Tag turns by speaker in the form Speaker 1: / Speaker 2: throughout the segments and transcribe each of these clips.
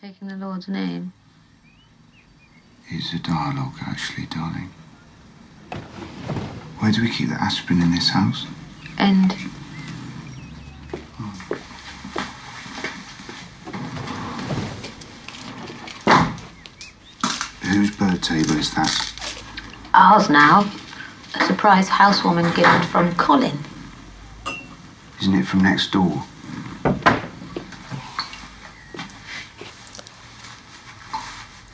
Speaker 1: Taking the Lord's name.
Speaker 2: It's a dialogue, actually, darling. Why do we keep the aspirin in this house?
Speaker 1: End.
Speaker 2: Whose bird table is that?
Speaker 1: Ours now. A surprise housewarming gift from Colin.
Speaker 2: Isn't it from next door?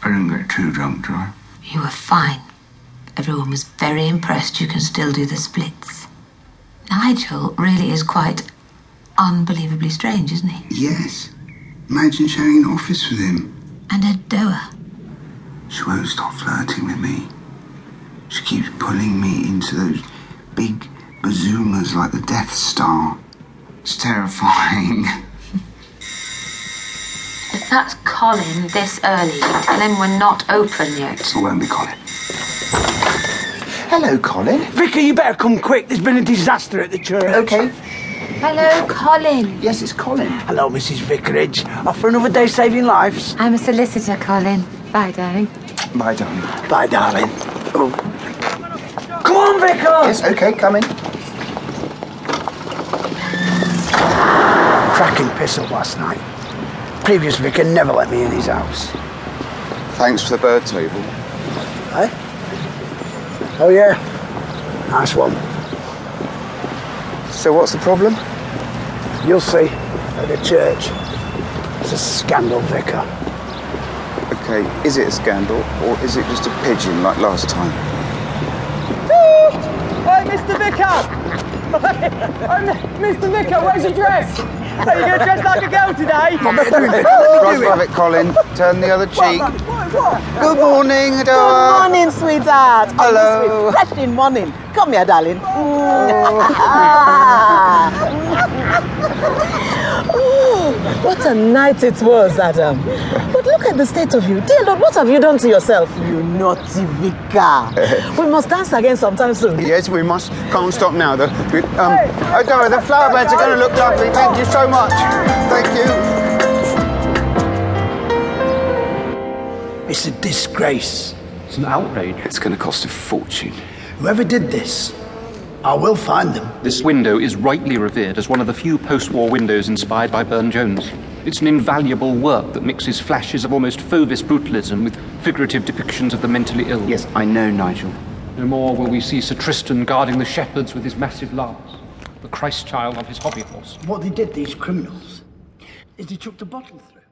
Speaker 2: I didn't get too drunk, did I?
Speaker 1: You were fine. Everyone was very impressed you can still do the splits. Nigel really is quite unbelievably strange, isn't he?
Speaker 2: Yes. Imagine sharing an office with him.
Speaker 1: And a doer.
Speaker 2: She won't stop flirting with me. She keeps pulling me into those big bazoomas like the Death Star. It's terrifying.
Speaker 1: If that's Colin this early, tell him we're not open yet.
Speaker 2: It won't be Colin.
Speaker 3: Hello, Colin.
Speaker 4: Vicky, you better come quick. There's been a disaster at the church.
Speaker 3: Okay.
Speaker 1: Hello, Colin.
Speaker 3: Yes, it's Colin.
Speaker 4: Hello, Mrs. Vicarage. Offer another day saving lives.
Speaker 1: I'm a solicitor, Colin. Bye, darling.
Speaker 3: Bye, darling.
Speaker 4: Bye, darling. Oh. Come on, Vicar!
Speaker 3: Yes, okay, come in.
Speaker 4: Cracking piss up last night. Previous vicar never let me in his house.
Speaker 2: Thanks for the bird table.
Speaker 4: Eh? Oh, yeah. Nice one.
Speaker 3: So, what's the problem?
Speaker 4: You'll see. At the church. It's a scandal, Vicar.
Speaker 2: Okay, is it a scandal or is it just a pigeon like last time?
Speaker 5: Hey, Mr. Vicar! Hey, Mr. Vicar, where's your dress? Are you going to dress like a girl today? What,
Speaker 2: Cross of it, Colin. Turn the other cheek.
Speaker 5: what, what?
Speaker 2: Good morning,
Speaker 5: Good
Speaker 2: Adora.
Speaker 5: morning, sweetheart. Oh,
Speaker 2: Hello.
Speaker 5: Fresh in morning. Come here, darling. Ooh, what a night it was, Adam. But look at the state of you. Dear Lord, what have you done to yourself? You naughty vicar. we must dance again sometime soon.
Speaker 2: Yes, we must. Can't stop now. The, we, um, Adora, the flower beds are going to look lovely. Thank you so much. Thank you.
Speaker 4: It's a disgrace.
Speaker 6: It's an outrage.
Speaker 2: It's going to cost a fortune.
Speaker 4: Whoever did this, I will find them.
Speaker 6: This window is rightly revered as one of the few post war windows inspired by Burne Jones. It's an invaluable work that mixes flashes of almost Fauvist brutalism with figurative depictions of the mentally ill.
Speaker 2: Yes, I know, Nigel.
Speaker 6: No more will we see Sir Tristan guarding the shepherds with his massive lance, the Christ child on his hobby horse.
Speaker 4: What they did, these criminals, is they took the bottle through.